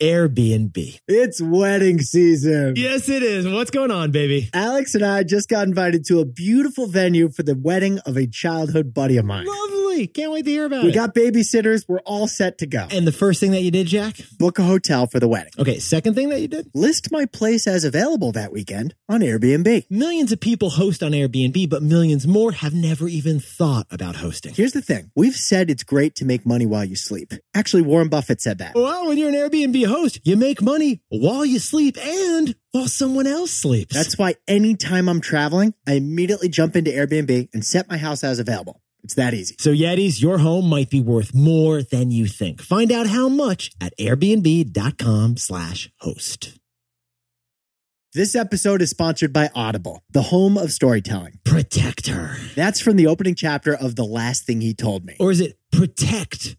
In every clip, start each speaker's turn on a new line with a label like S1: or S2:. S1: Airbnb.
S2: It's wedding season.
S1: Yes, it is. What's going on, baby?
S2: Alex and I just got invited to a beautiful venue for the wedding of a childhood buddy of mine.
S1: Lovely. Can't wait to hear about
S2: We
S1: it.
S2: got babysitters. We're all set to go.
S1: and the first thing that you did, Jack?
S2: Book a hotel for the wedding.
S1: Okay, second thing that you did?
S2: List my place as available that weekend on Airbnb.
S1: Millions of people host on Airbnb, but millions more have never even thought about hosting.
S2: Here's the thing we've said it's great to make money while you sleep. Actually, Warren Buffett said that.
S1: Well, when you're an Airbnb host, you make money while you sleep and while someone else sleeps.
S2: That's why anytime I'm traveling, I immediately jump into Airbnb and set my house as available. It's that easy.
S1: so Yetis, your home might be worth more than you think. Find out how much at airbnb.com slash host.
S2: This episode is sponsored by Audible, the home of storytelling.
S1: Protect her.
S2: That's from the opening chapter of The Last Thing He Told Me.
S1: Or is it protect her?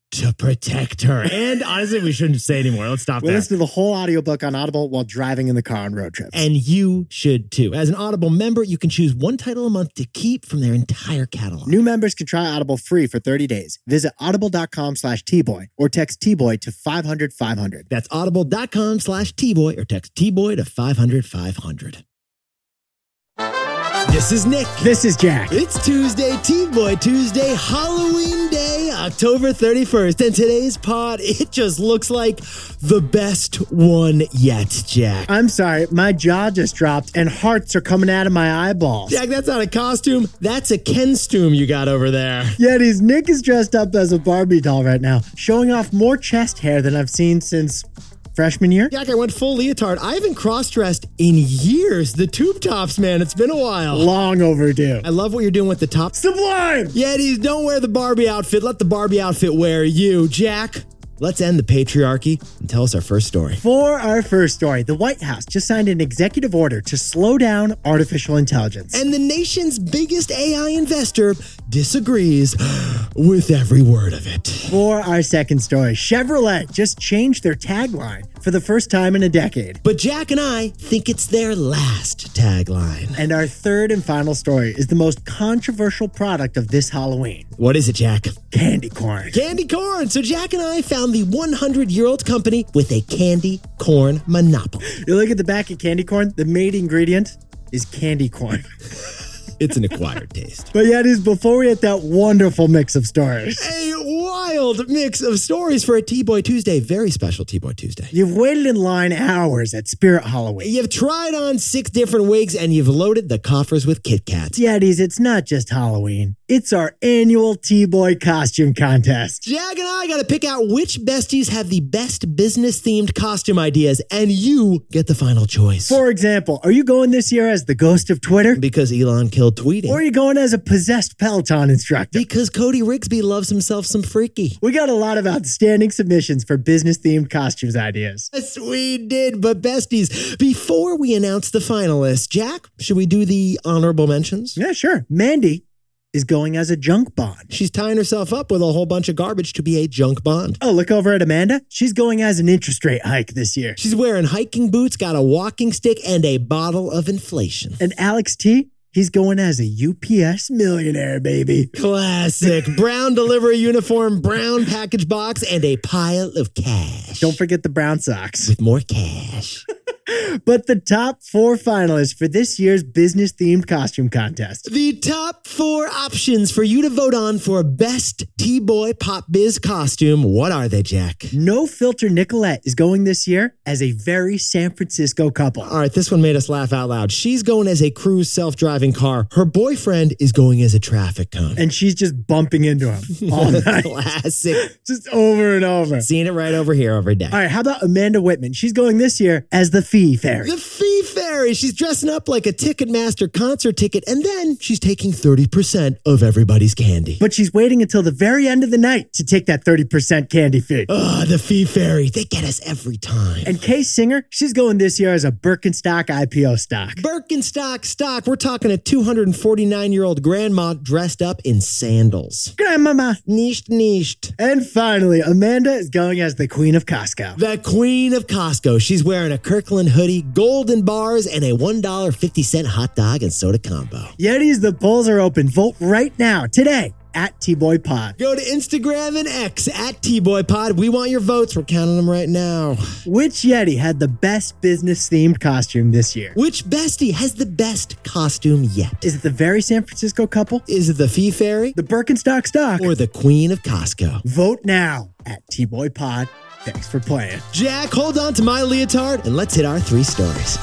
S1: to protect her. And honestly, we shouldn't say anymore. Let's stop
S2: We
S1: there.
S2: listen to the whole audiobook on Audible while driving in the car on road trips.
S1: And you should too. As an Audible member, you can choose one title a month to keep from their entire catalog.
S2: New members can try Audible free for 30 days. Visit audible.com slash tboy or text tboy to 500 500.
S1: That's audible.com slash tboy or text tboy to 500 500. This is Nick.
S2: This is Jack.
S1: It's Tuesday, Teen Boy Tuesday, Halloween Day, October 31st. And today's pod, it just looks like the best one yet, Jack.
S2: I'm sorry, my jaw just dropped and hearts are coming out of my eyeballs.
S1: Jack, that's not a costume. That's a Kenstoom you got over there.
S2: Yetis, Nick is dressed up as a Barbie doll right now, showing off more chest hair than I've seen since freshman year.
S1: Jack, I went full leotard. I haven't cross dressed in years. The tube tops, man, it's been a while.
S2: Long overdue.
S1: I love what you're doing with the top.
S2: Sublime!
S1: Yetis, don't wear the Barbie outfit. Let the Barbie outfit wear you, Jack. Let's end the patriarchy and tell us our first story.
S2: For our first story, the White House just signed an executive order to slow down artificial intelligence.
S1: and the nation's biggest AI investor disagrees with every word of it.
S2: For our second story, Chevrolet just changed their tagline for the first time in a decade.
S1: But Jack and I think it's their last tagline.
S2: And our third and final story is the most controversial product of this Halloween
S1: What is it, Jack?
S2: candy corn.
S1: Candy corn. So Jack and I found the 100 year old company with a candy corn monopoly.
S2: You look at the back of candy corn, the main ingredient is candy corn.
S1: It's an acquired taste.
S2: But yet, is before we hit that wonderful mix of stories.
S1: A wild mix of stories for a T Boy Tuesday. Very special T Boy Tuesday.
S2: You've waited in line hours at Spirit Halloween.
S1: You've tried on six different wigs and you've loaded the coffers with Kit Kats.
S2: Yetis, it's not just Halloween. It's our annual T-Boy costume contest.
S1: Jack and I got to pick out which besties have the best business themed costume ideas, and you get the final choice.
S2: For example, are you going this year as the ghost of Twitter?
S1: because Elon killed tweeting.
S2: Or are you going as a possessed Peloton instructor?
S1: because Cody Rigsby loves himself some freaky.
S2: We got a lot of outstanding submissions for business themed costumes ideas.
S1: Yes, we did, but besties, before we announce the finalists, Jack, should we do the honorable mentions?
S2: Yeah, sure. Mandy is going as a junk bond.
S1: She's tying herself up with a whole bunch of garbage to be a junk bond.
S2: Oh, look over at Amanda. She's going as an interest rate hike this year.
S1: She's wearing hiking boots, got a walking stick, and a bottle of inflation.
S2: And Alex T, he's going as a UPS millionaire, baby.
S1: Classic brown delivery uniform, brown package box, and a pile of cash.
S2: Don't forget the brown socks.
S1: with more cash.
S2: But the top four finalists for this year's business themed costume contest.
S1: the top four options for you to vote on for best T boy pop biz costume. What are they, Jack?
S2: No Filter Nicolette is going this year as a very San Francisco couple.
S1: All right, this one made us laugh out loud. She's going as a cruise self driving car. Her boyfriend is going as a traffic cone.
S2: and she's just bumping into him all night,
S1: Classic.
S2: just over and over.
S1: Seeing it right over here every day.
S2: All right, how about Amanda Whitman? She's going this year as the Fee fairy.
S1: The Fee Fairy. She's dressing up like a Ticketmaster concert ticket, and then she's taking 30% of everybody's candy.
S2: But she's waiting until the very end of the night to take that 30% candy fee.
S1: Ah, the Fee Fairy. They get us every time.
S2: And Kay Singer, she's going this year as a Birkenstock IPO stock.
S1: Birkenstock stock. We're talking a 249 year old grandma dressed up in sandals.
S2: Grandmama.
S1: Nisht nisht.
S2: And finally, Amanda is going as the Queen of Costco.
S1: The queen of Costco. She's wearing a Kirkland hoodie, golden bars, and a $1.50 hot dog and soda combo.
S2: Yetis, the polls are open. Vote right now, today, at T Boy Pod.
S1: Go to Instagram and X at T Boy Pod. We want your votes. We're counting them right now.
S2: Which Yeti had the best business themed costume this year?
S1: Which bestie has the best costume yet?
S2: Is it the very San Francisco couple,
S1: Is it the Fee Fairy
S2: the Birkenstock stock?
S1: or the Queen of Costco?
S2: Vote now at T Boy Pod. Thanks for playing.
S1: Jack, hold on to my leotard and let's hit our three stories.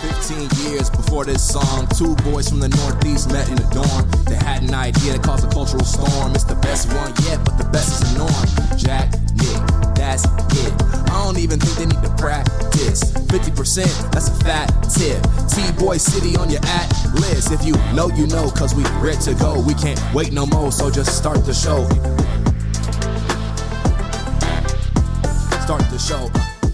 S3: 15 years before this song, two boys from the Northeast met in the dorm. They had an idea that caused a cultural storm. It's the best one yet, but the best is the norm. Jack, Nick, that's it. I don't even think they need to practice. 50%, that's a fat tip. T-Boy City on your at list. If you know, you know, cause we ready to go. We can't wait no more, so just start the show. Start the show.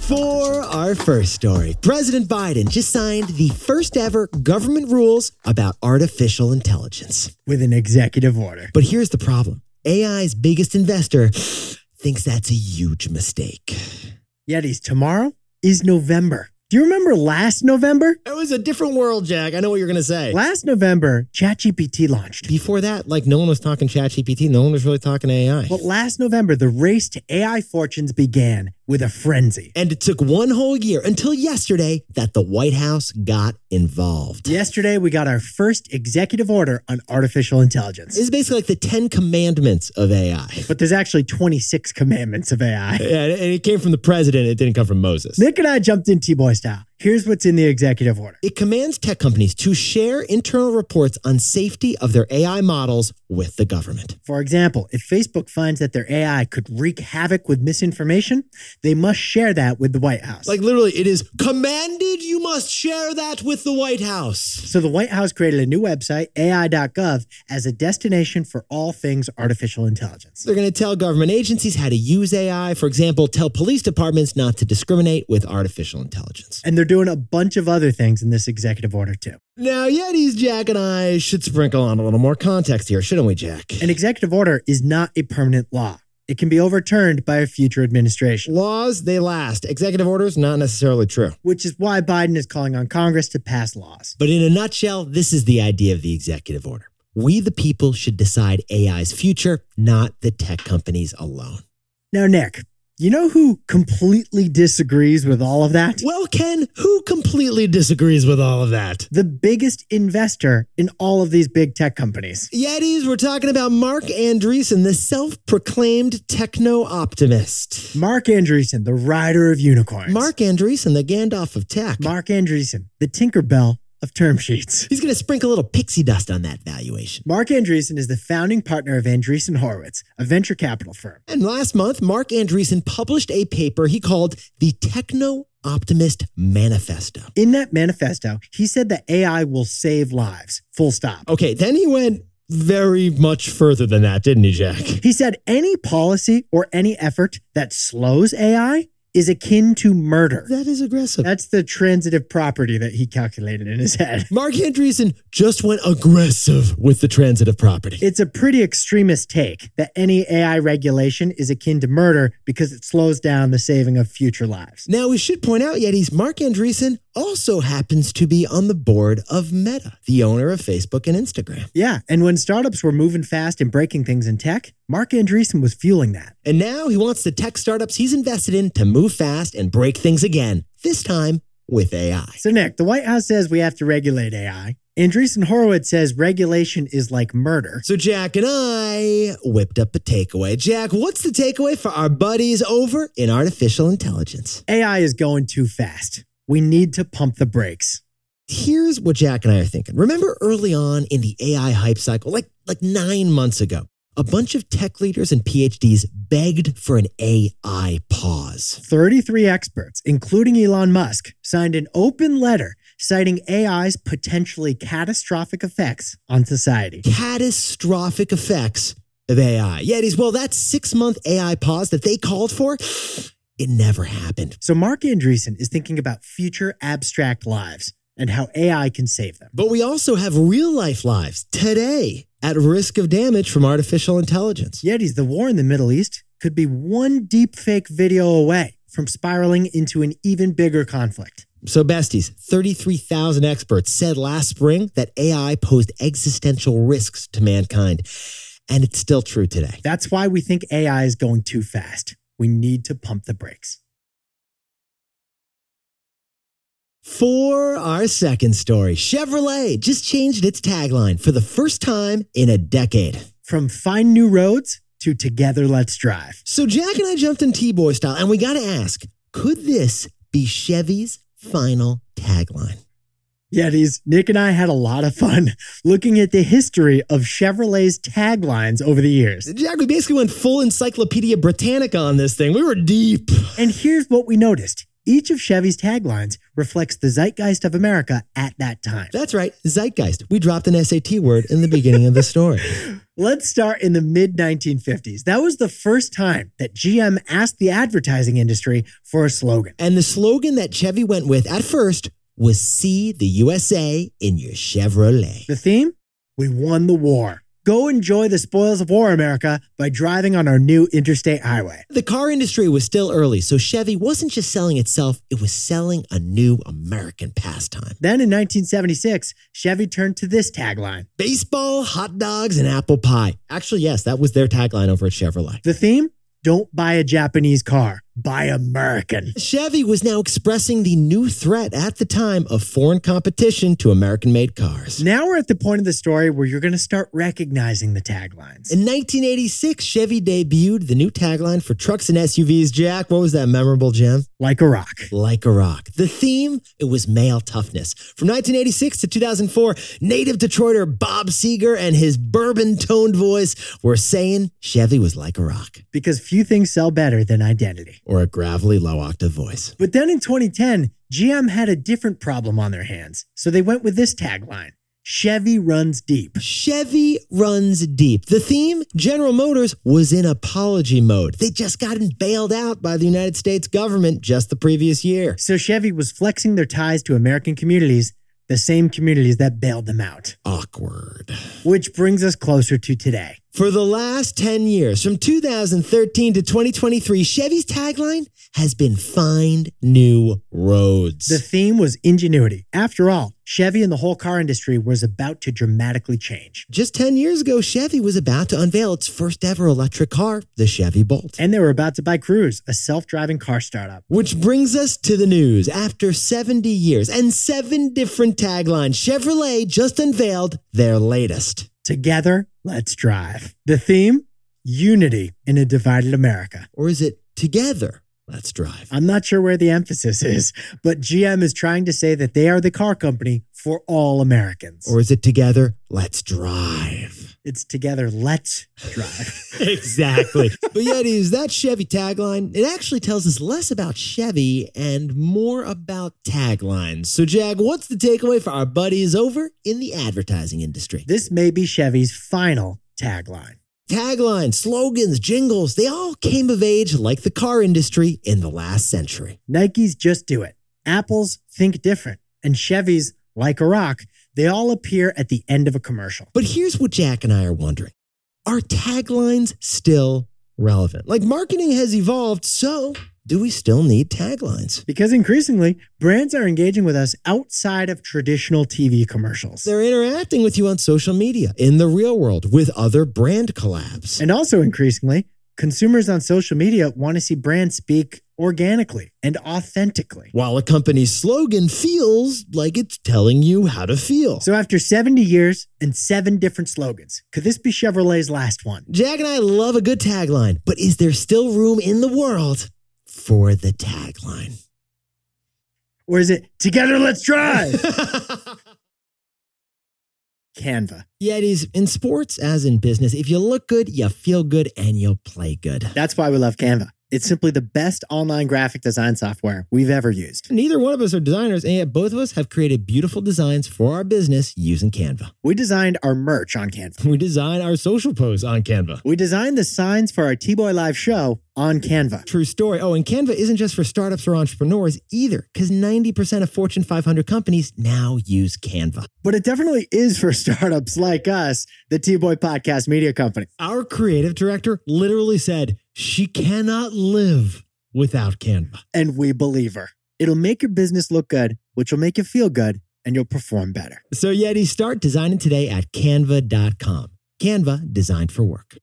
S1: For our first story, President Biden just signed the first ever government rules about artificial intelligence.
S2: With an executive order.
S1: But here's the problem AI's biggest investor thinks that's a huge mistake.
S2: Yetis, tomorrow is November. Do you remember last November?
S1: It was a different world, Jack. I know what you're going to say.
S2: Last November, ChatGPT launched.
S1: Before that, like no one was talking ChatGPT, no one was really talking AI.
S2: But last November, the race to AI fortunes began with a frenzy.
S1: and it took one whole year until yesterday that the White House got involved.
S2: Yesterday, we got our first executive order on artificial
S1: This
S2: intelligence.
S1: is basically like the Ten Commandments of AI.
S2: But there's actually 26 commandments of AI.
S1: Yeah, and it came from the president, it didn't come from Moses.
S2: Nick and I jumped in T Boy style. Here's what's in the executive order
S1: It commands tech companies to share internal reports on safety of their AI models with the government.
S2: For example, if Facebook finds that their AI could wreak havoc with misinformation, they must share that with the White House.
S1: Like literally, it is commanded you must share that with the White House.
S2: So the White House created a new website, AI.gov, as a destination for all things artificial intelligence.
S1: They're going to tell government agencies how to use AI. For example, tell police departments not to discriminate with artificial intelligence.
S2: And they're doing a bunch of other things in this executive order, too.
S1: Now, Yetis, Jack, and I should sprinkle on a little more context here, shouldn't we, Jack?
S2: An executive order is not a permanent law. It can be overturned by a future administration,
S1: Laws, they last. Executive orders, not necessarily true.
S2: which is why Biden is calling on Congress to pass laws.
S1: But in a nutshell, this is the idea of the executive order. We, the people, should decide AI's future, not the tech companies alone.
S2: Now, Nick, you know who completely disagrees with all of that?
S1: Well, Ken, who completely disagrees with all of that?
S2: The biggest investor in all of these big tech companies.
S1: Yetis, we're talking about Mark Andreessen, the self proclaimed techno optimist.
S2: Mark Andreessen, the rider of unicorns.
S1: Mark Andreessen, the Gandalf of tech.
S2: Mark Andreessen, the Tinkerbell of term sheets.
S1: He's going to sprinkle a little pixie dust on that valuation.
S2: Mark Andreessen is the founding partner of Andreessen Horowitz, a venture capital firm.
S1: And last month, Mark Andreessen published a paper he called the Techno Optimist Manifesto.
S2: In that manifesto, he said that AI will save lives, full stop.
S1: Okay, then he went very much further than that, didn't he, Jack?
S2: He said any policy or any effort that slows AI is akin to murder.
S1: That is aggressive.
S2: That's the transitive property that he calculated in his head.
S1: Mark Andreessen just went aggressive with the transitive property.
S2: It's a pretty extremist take that any AI regulation is akin to murder because it slows down the saving of future lives.
S1: Now, we should point out, Yetis, Mark Andreessen also happens to be on the board of Meta, the owner of Facebook and Instagram.
S2: Yeah, and when startups were moving fast and breaking things in tech, Mark Andreessen was fueling that.
S1: And now he wants the tech startups he's invested in to move fast and break things again, this time with AI.
S2: So, Nick, the White House says we have to regulate AI. Andreessen Horowitz says regulation is like murder.
S1: So Jack and I whipped up a takeaway. Jack, what's the takeaway for our buddies over in artificial intelligence?
S2: AI is going too fast. We need to pump the brakes.
S1: Here's what Jack and I are thinking. Remember early on in the AI hype cycle, like like 9 months ago, a bunch of tech leaders and PhDs begged for an AI pause.
S2: 33 experts, including Elon Musk, signed an open letter citing AI's potentially catastrophic effects on society.
S1: Catastrophic effects of AI. Yetis, well, that six month AI pause that they called for, it never happened.
S2: So, Mark Andreessen is thinking about future abstract lives and how AI can save them.
S1: But we also have real life lives today at risk of damage from artificial intelligence.
S2: Yetis, the war in the Middle East could be one deep fake video away from spiraling into an even bigger conflict.
S1: So, besties, 33,000 experts said last spring that AI posed existential risks to mankind. And it's still true today.
S2: That's why we think AI is going too fast. We need to pump the brakes.
S1: For our second story, Chevrolet just changed its tagline for the first time in a decade.
S2: From find new roads to together let's drive.
S1: So, Jack and I jumped in T Boy style, and we got to ask could this be Chevy's final tagline?
S2: Yetis, Nick and I had a lot of fun looking at the history of Chevrolet's taglines over the years.
S1: Jack, we basically went full Encyclopedia Britannica on this thing. We were deep.
S2: And here's what we noticed each of Chevy's taglines reflects the zeitgeist of America at that time.
S1: That's right, zeitgeist. We dropped an SAT word in the beginning of the story.
S2: Let's start in the mid 1950s. That was the first time that GM asked the advertising industry for a slogan.
S1: And the slogan that Chevy went with at first was See the USA in your Chevrolet.
S2: The theme? We won the war. Go enjoy the spoils of war, America, by driving on our new interstate highway.
S1: The car industry was still early, so Chevy wasn't just selling itself, it was selling a new American pastime.
S2: Then in 1976, Chevy turned to this tagline
S1: Baseball, hot dogs, and apple pie. Actually, yes, that was their tagline over at Chevrolet.
S2: The theme? Don't buy a Japanese car, buy American.
S1: Chevy was now expressing the new threat at the time of foreign competition to American made cars.
S2: Now we're at the point of the story where you're going to start recognizing the taglines.
S1: In 1986, Chevy debuted the new tagline for trucks and SUVs. Jack, what was that memorable gem?
S2: Like a rock.
S1: Like a rock. The theme, it was male toughness. From 1986 to 2004, native Detroiter Bob Seger and his bourbon toned voice were saying Chevy was like a rock.
S2: Because few things sell better than identity
S1: or a gravelly low octave voice.
S2: But then in 2010, GM had a different problem on their hands. So they went with this tagline Chevy runs deep.
S1: Chevy runs deep. The theme, General Motors, was in apology mode. They just gotten bailed out by the United States government just the previous year.
S2: So Chevy was flexing their ties to American communities, the same communities that bailed them out.
S1: Awkward.
S2: Which brings us closer to today.
S1: For the last 10 years, from 2013 to 2023, Chevy's tagline has been Find New Roads.
S2: The theme was ingenuity. After all, Chevy and the whole car industry was about to dramatically change.
S1: Just 10 years ago, Chevy was about to unveil its first ever electric car, the Chevy Bolt.
S2: And they were about to buy Cruise, a self driving car startup.
S1: Which brings us to the news. After 70 years and seven different taglines, Chevrolet just unveiled their latest.
S2: Together, let's drive. The theme unity in a divided America.
S1: Or is it together? Let's drive.
S2: I'm not sure where the emphasis is, but GM is trying to say that they are the car company for all Americans.
S1: Or is it together? Let's drive.
S2: It's together, let's drive.
S1: exactly. but yet, is that Chevy tagline? It actually tells us less about Chevy and more about taglines. So, Jag, what's the takeaway for our buddies over in the advertising industry?
S2: this may be Chevy's final tagline.
S1: Taglines, slogans, jingles, they all came of age like the car industry in the last century.
S2: Nike's Just Do It, Apple's Think Different, and Chevy's Like a Rock, they all appear at the end of a commercial.
S1: But here's what Jack and I are wondering Are taglines still relevant? Like marketing has evolved, so do we still need taglines?
S2: Because increasingly, brands are engaging with us outside of traditional TV commercials.
S1: They're interacting with you on social media, in the real world, with other brand collabs.
S2: And also increasingly, consumers on social media want to see brands speak organically and authentically.
S1: While a company's slogan feels like it's telling you how to feel.
S2: So after 70 years and seven different slogans, could this be Chevrolet's last one?
S1: Jack and I love a good tagline, but is there still room in the world for the tagline?
S2: Or is it together let's drive? Canva.
S1: Yetis, in sports as in business, if you look good, you feel good, and you play good.
S2: That's why we love Canva. It's simply the best online graphic design software we've ever used.
S1: Neither one of us are designers, and yet both of us have created beautiful designs for our business using Canva.
S2: We designed our merch on Canva.
S1: We design our social posts on Canva.
S2: We designed the signs for our T Boy Live show on Canva.
S1: True story. Oh, and Canva isn't just for startups or entrepreneurs either, because 90% of Fortune 500 companies now use Canva.
S2: But it definitely is for startups like us, the T Boy Podcast Media Company.
S1: Our creative director literally said she cannot live without Canva.
S2: And we believe her. It'll make your business look good, which will make you feel good, and you'll perform better.
S1: So, Yeti, start designing today at canva.com. Canva, designed for work.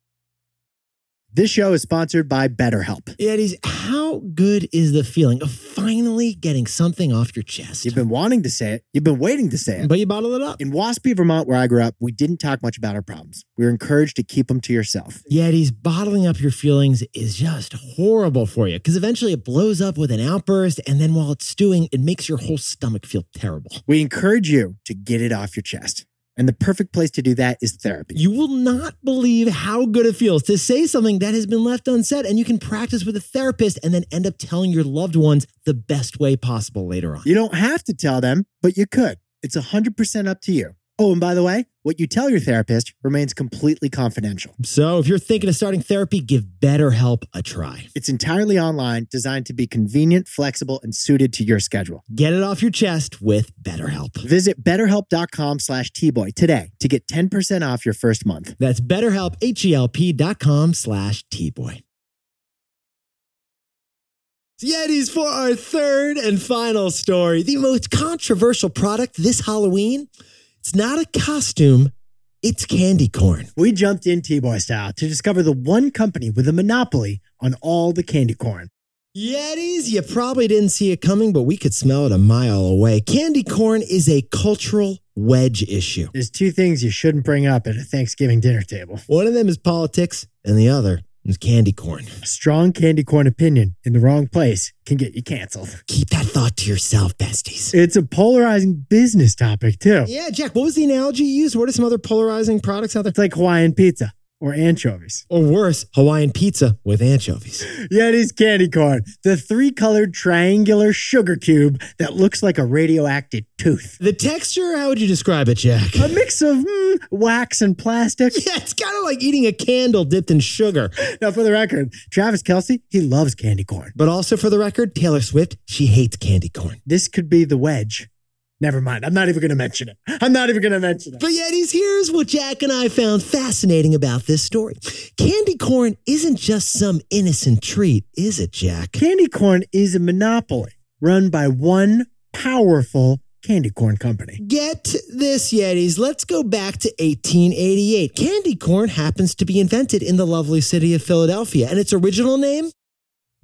S2: This show is sponsored by BetterHelp.
S1: Yetis, how good is the feeling of finally getting something off your chest?
S2: You've been wanting to say it, you've been waiting to say it.
S1: but you bottle it up.
S2: In Waspy, Vermont, where I grew up, we didn't talk much about our problems. We were encouraged to keep them to yourself.
S1: Yetis, bottling up your feelings is just horrible for you because eventually it blows up with an outburst. And then while it's stewing, it makes your whole stomach feel terrible.
S2: We encourage you to get it off your chest. And the perfect place to do that is therapy.
S1: You will not believe how good it feels to say something that has been left unsaid, and you can practice with a therapist and then end up telling your loved ones the best way possible later on.
S2: You don't have to tell them, but you could. It's 100% up to you. Oh, and by the way, what you tell your therapist remains completely confidential.
S1: So, if you're thinking of starting therapy, give BetterHelp a try.
S2: It's entirely online, designed to be convenient, flexible, and suited to your schedule.
S1: Get it off your chest with BetterHelp.
S2: Visit betterhelp.com slash tboy today to get 10% off your first month.
S1: That's BetterHelp, H-E-L-P dot com slash T-Boy. Yetis for our third and final story. The most controversial product this Halloween. It's not a costume, it's candy corn.
S2: We jumped in T-Boy style to discover the one company with a monopoly on all the candy corn.
S1: Yetis, you probably didn't see it coming, but we could smell it a mile away. Candy corn is a cultural wedge issue.
S2: There's two things you shouldn't bring up at a Thanksgiving dinner table.
S1: One of them is politics, and the other is candy corn.
S2: A strong candy corn opinion in the wrong place can get you canceled.
S1: Keep that thought to yourself, besties.
S2: It's a polarizing business topic, too.
S1: Yeah, Jack, what was the analogy you used? What are some other polarizing products out there?
S2: It's like Hawaiian pizza or anchovies.
S1: Or worse, Hawaiian pizza with anchovies.
S2: Yeti's candy corn, the three colored triangular sugar cube that looks like a radioactive tooth.
S1: The texture, how would you describe it, Jack?
S2: A mix of mm, wax and plastic.
S1: Yeah, it's kind of like eating a candle dipped in sugar.
S2: Now, for the record, Travis Kelsey, he loves candy corn.
S1: But also, for the record, Taylor Swift, she hates candy corn.
S2: This could be the wedge. Never mind. I'm not even going to mention it. I'm not even going to mention it.
S1: But Yetis, here's what Jack and I found fascinating about this story. Candy corn isn't just some innocent treat, is it, Jack?
S2: Candy corn is a monopoly run by one powerful candy corn company.
S1: Get this, Yetis. Let's go back to 1888. Candy corn happens to be invented in the lovely city of Philadelphia, and its original name?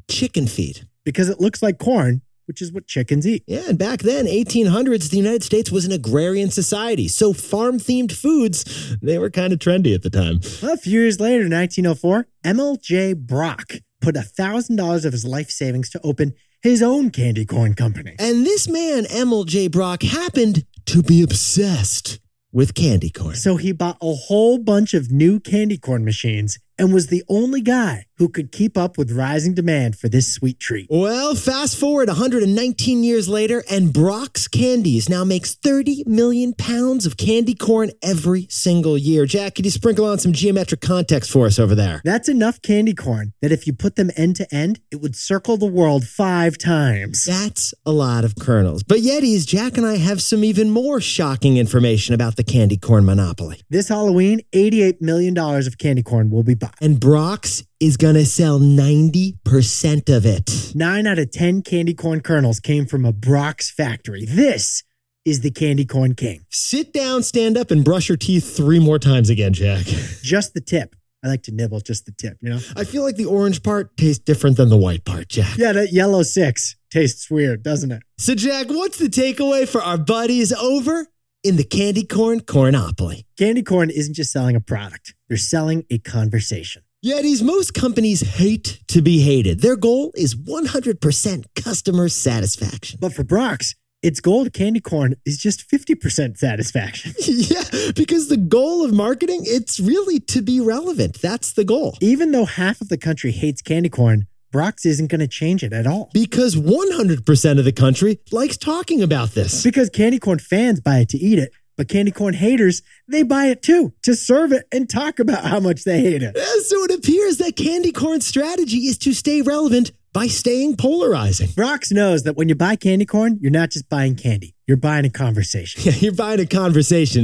S1: Chicken feed.
S2: Because it looks like corn, which is what chickens eat.
S1: Yeah, and back then, 1800s, the United States was an agrarian society, so farm themed foods, they were kind of trendy at the time.
S2: Well, a few years later, in 1904, MLJ Brock put $1,000 of his life savings to open his own candy corn company.
S1: And this man, Emil J. Brock, happened to be obsessed with candy corn.
S2: So he bought a whole bunch of new candy corn machines and was the only guy who could keep up with rising demand for this sweet treat.
S1: Well, fast forward 119 years later, and Brock's Candies now makes 30 million pounds of candy corn every single year. Jack, could you sprinkle on some geometric context for us over there?
S2: That's enough candy corn that if you put them end to end, it would circle the world five times.
S1: That's a lot of kernels. But Yetis, Jack and I have some even more shocking information about the candy corn monopoly.
S2: This Halloween, $88 million of candy corn will be bought.
S1: And Brock's is going to sell 90% of it.
S2: Nine out of 10 candy corn kernels came from a Brock's factory. This is the candy corn king.
S1: Sit down, stand up, and brush your teeth three more times again, Jack.
S2: Just the tip. I like to nibble just the tip, you know?
S1: I feel like the orange part tastes different than the white part, Jack.
S2: Yeah, that yellow six tastes weird, doesn't it?
S1: So, Jack, what's the takeaway for our buddies over in the candy corn cornopoly?
S2: Candy corn isn't just selling a product, they're selling a conversation.
S1: Yetis, most companies hate to be hated. Their goal is 100% customer satisfaction.
S2: But for Brock's, Its goal to candy corn is just 50% satisfaction.
S1: yeah, because the goal of marketing, it's really to be relevant. That's the goal.
S2: Even though half of the country hates candy corn, Brock's isn't going to change it at all.
S1: Because 100% of the country likes talking about this.
S2: Because candy corn fans buy it to eat it, but candy corn haters, they buy it too to serve it and talk about how much they hate it.
S1: Yeah, So it appears that candy corn's strategy is to stay relevant by staying polarizing.
S2: Brock's knows that when you buy candy corn, you're not just buying candy, you're buying a conversation.
S1: Yeah, you're buying a conversation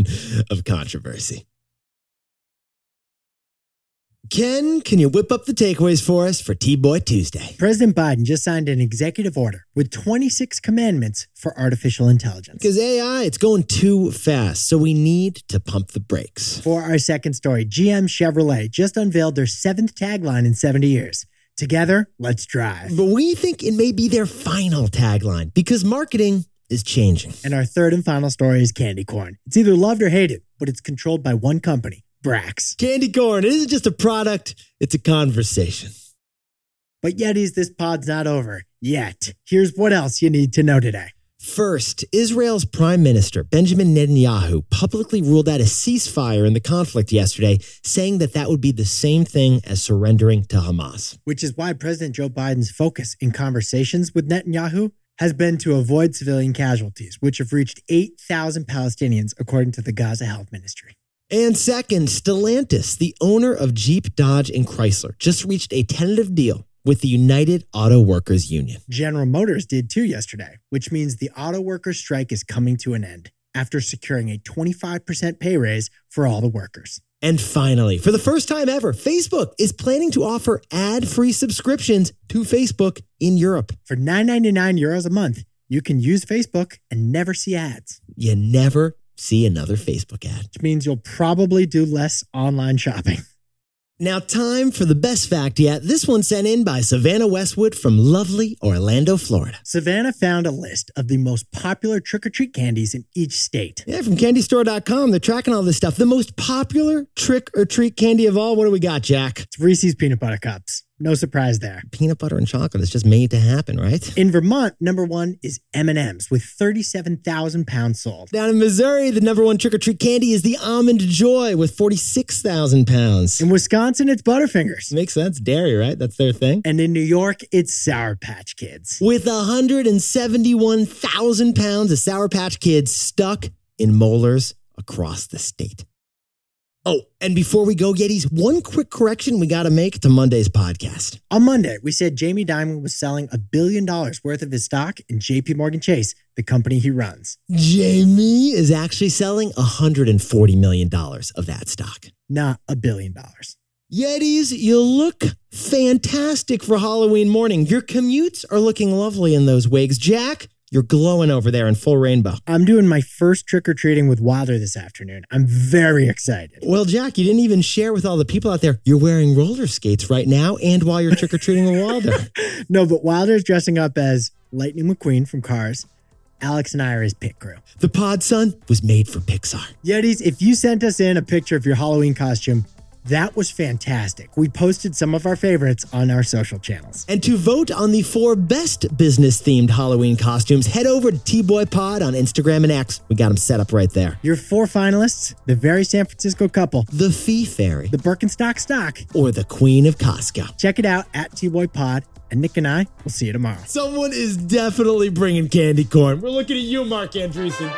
S1: of controversy. Ken, can you whip up the takeaways for us for T Boy Tuesday?
S2: President Biden just signed an executive order with 26 commandments for artificial intelligence.
S1: Because AI, it's going too fast, so we need to pump the brakes.
S2: For our second story, GM Chevrolet just unveiled their seventh tagline in 70 years Together, let's drive.
S1: But we think it may be their final tagline because marketing is changing.
S2: And our third and final story is candy corn. It's either loved or hated, but it's controlled by one company, Brax.
S1: Candy corn, it isn't just a product, it's a conversation.
S2: But Yetis, this pod's not over yet. Here's what else you need to know today.
S1: First, Israel's Prime Minister Benjamin Netanyahu publicly ruled out a ceasefire in the conflict yesterday, saying that that would be the same thing as surrendering to Hamas.
S2: which is why President Joe Biden's focus in conversations with Netanyahu has been to avoid civilian casualties, which have reached 8,000 Palestinians, according to the Gaza Health Ministry.
S1: And second, Stellantis, the owner of Jeep, Dodge, and Chrysler, just reached a tentative deal with the United Auto Workers Union.
S2: General Motors did too yesterday, which means the auto workers' strike is coming to an end after securing a 25% pay raise for all the workers.
S1: And finally, for the first time ever, Facebook is planning to offer ad free subscriptions to Facebook in Europe.
S2: For 9.99 euros a month, you can use Facebook and never see ads,
S1: You never see another Facebook ad.
S2: which means you'll probably do less online shopping.
S1: Now, time for the best fact yet. This one sent in by Savannah Westwood from lovely Orlando, Florida.
S2: Savannah found a list of the most popular trick or treat candies in each state.
S1: Yeah, from candystore.com. They're tracking all this stuff. The most popular trick or treat candy of all. What do we got, Jack?
S2: It's Reese's peanut butter cups. No surprise there.
S1: Peanut butter and chocolate. It's just made to happen, right?
S2: In Vermont, number one is M&M's with 37,000 pounds sold.
S1: Down in Missouri, the number one trick or treat candy is the almond joy with 46,000 pounds.
S2: In Wisconsin, it's Butterfingers.
S1: Makes sense. Dairy, right? That's their thing.
S2: And in New York, it's Sour Patch Kids.
S1: With 171,000 pounds of Sour Patch Kids stuck in molars across the state. Oh, and before we go, Yetis, one quick correction we got to make to Monday's podcast.
S2: On Monday, we said Jamie Dimon was selling a billion dollars worth of his stock in JP Morgan Chase, the company he runs.
S1: Jamie is actually selling $140 million of that stock.
S2: Not a billion dollars.
S1: Yetis, you look fantastic for Halloween morning. Your commutes are looking lovely in those wigs. Jack, you're glowing over there in full rainbow.
S2: I'm doing my first trick or treating with Wilder this afternoon. I'm very excited.
S1: Well, Jack, you didn't even share with all the people out there. You're wearing roller skates right now and while you're trick or treating with Walder.
S2: No, but Wilder's dressing up as Lightning McQueen from Cars. Alex and I are his pit crew.
S1: The Pod Sun was made for Pixar.
S2: Yetis, if you sent us in a picture of your Halloween costume, that was fantastic. We posted some of our favorites on our social channels.
S1: And to vote on the four best business themed Halloween costumes, head over to T Boy Pod on Instagram and X. We got them set up right there.
S2: Your four finalists the very San Francisco couple,
S1: The Fee Fairy
S2: the Birkenstock Stock.
S1: or the Queen of Costco.
S2: Check it out at T Boy Pod. And Nick and I will see you tomorrow.
S1: Someone is definitely bringing candy corn. We're looking at you, Mark Andreessen.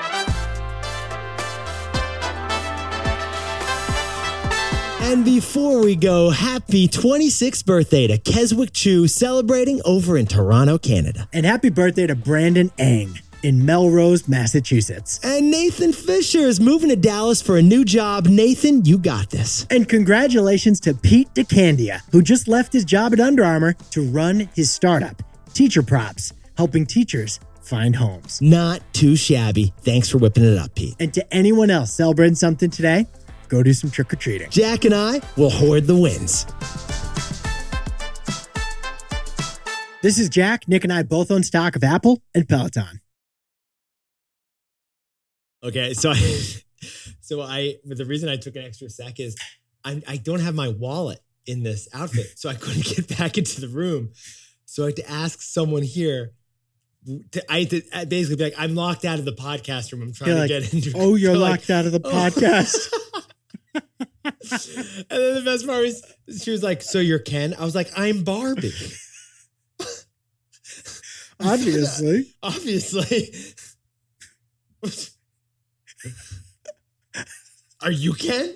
S1: And before we go, happy 26th birthday to Keswick Chu celebrating over in Toronto, Canada.
S2: And happy birthday to Brandon Ang in Melrose, Massachusetts.
S1: And Nathan Fisher is moving to Dallas for a new job. Nathan, you got this.
S2: And congratulations to Pete DeCandia, who just left his job at Under Armour to run his startup, Teacher Props, helping teachers find homes.
S1: Not too shabby. Thanks for whipping it up, Pete.
S2: And to anyone else celebrating something today, go do some trick or treating.
S1: Jack and I will hoard the wins.
S2: This is Jack. Nick and I both own stock of Apple and Peloton.
S1: Okay, so I, so I, but the reason I took an extra sec is I, I don't have my wallet in this outfit, so I couldn't get back into the room. So I had to ask someone here to- I had to I basically be like, I'm locked out of the podcast room. I'm trying
S2: You're
S1: to
S2: like,
S1: get into.
S2: Oh, you're
S1: to, like-
S2: locked out of the podcast.
S1: and then the best part was she was like, "So you're Ken?" I was like, "I'm Barbie,
S2: Obviously.
S1: obviously." Are you Ken?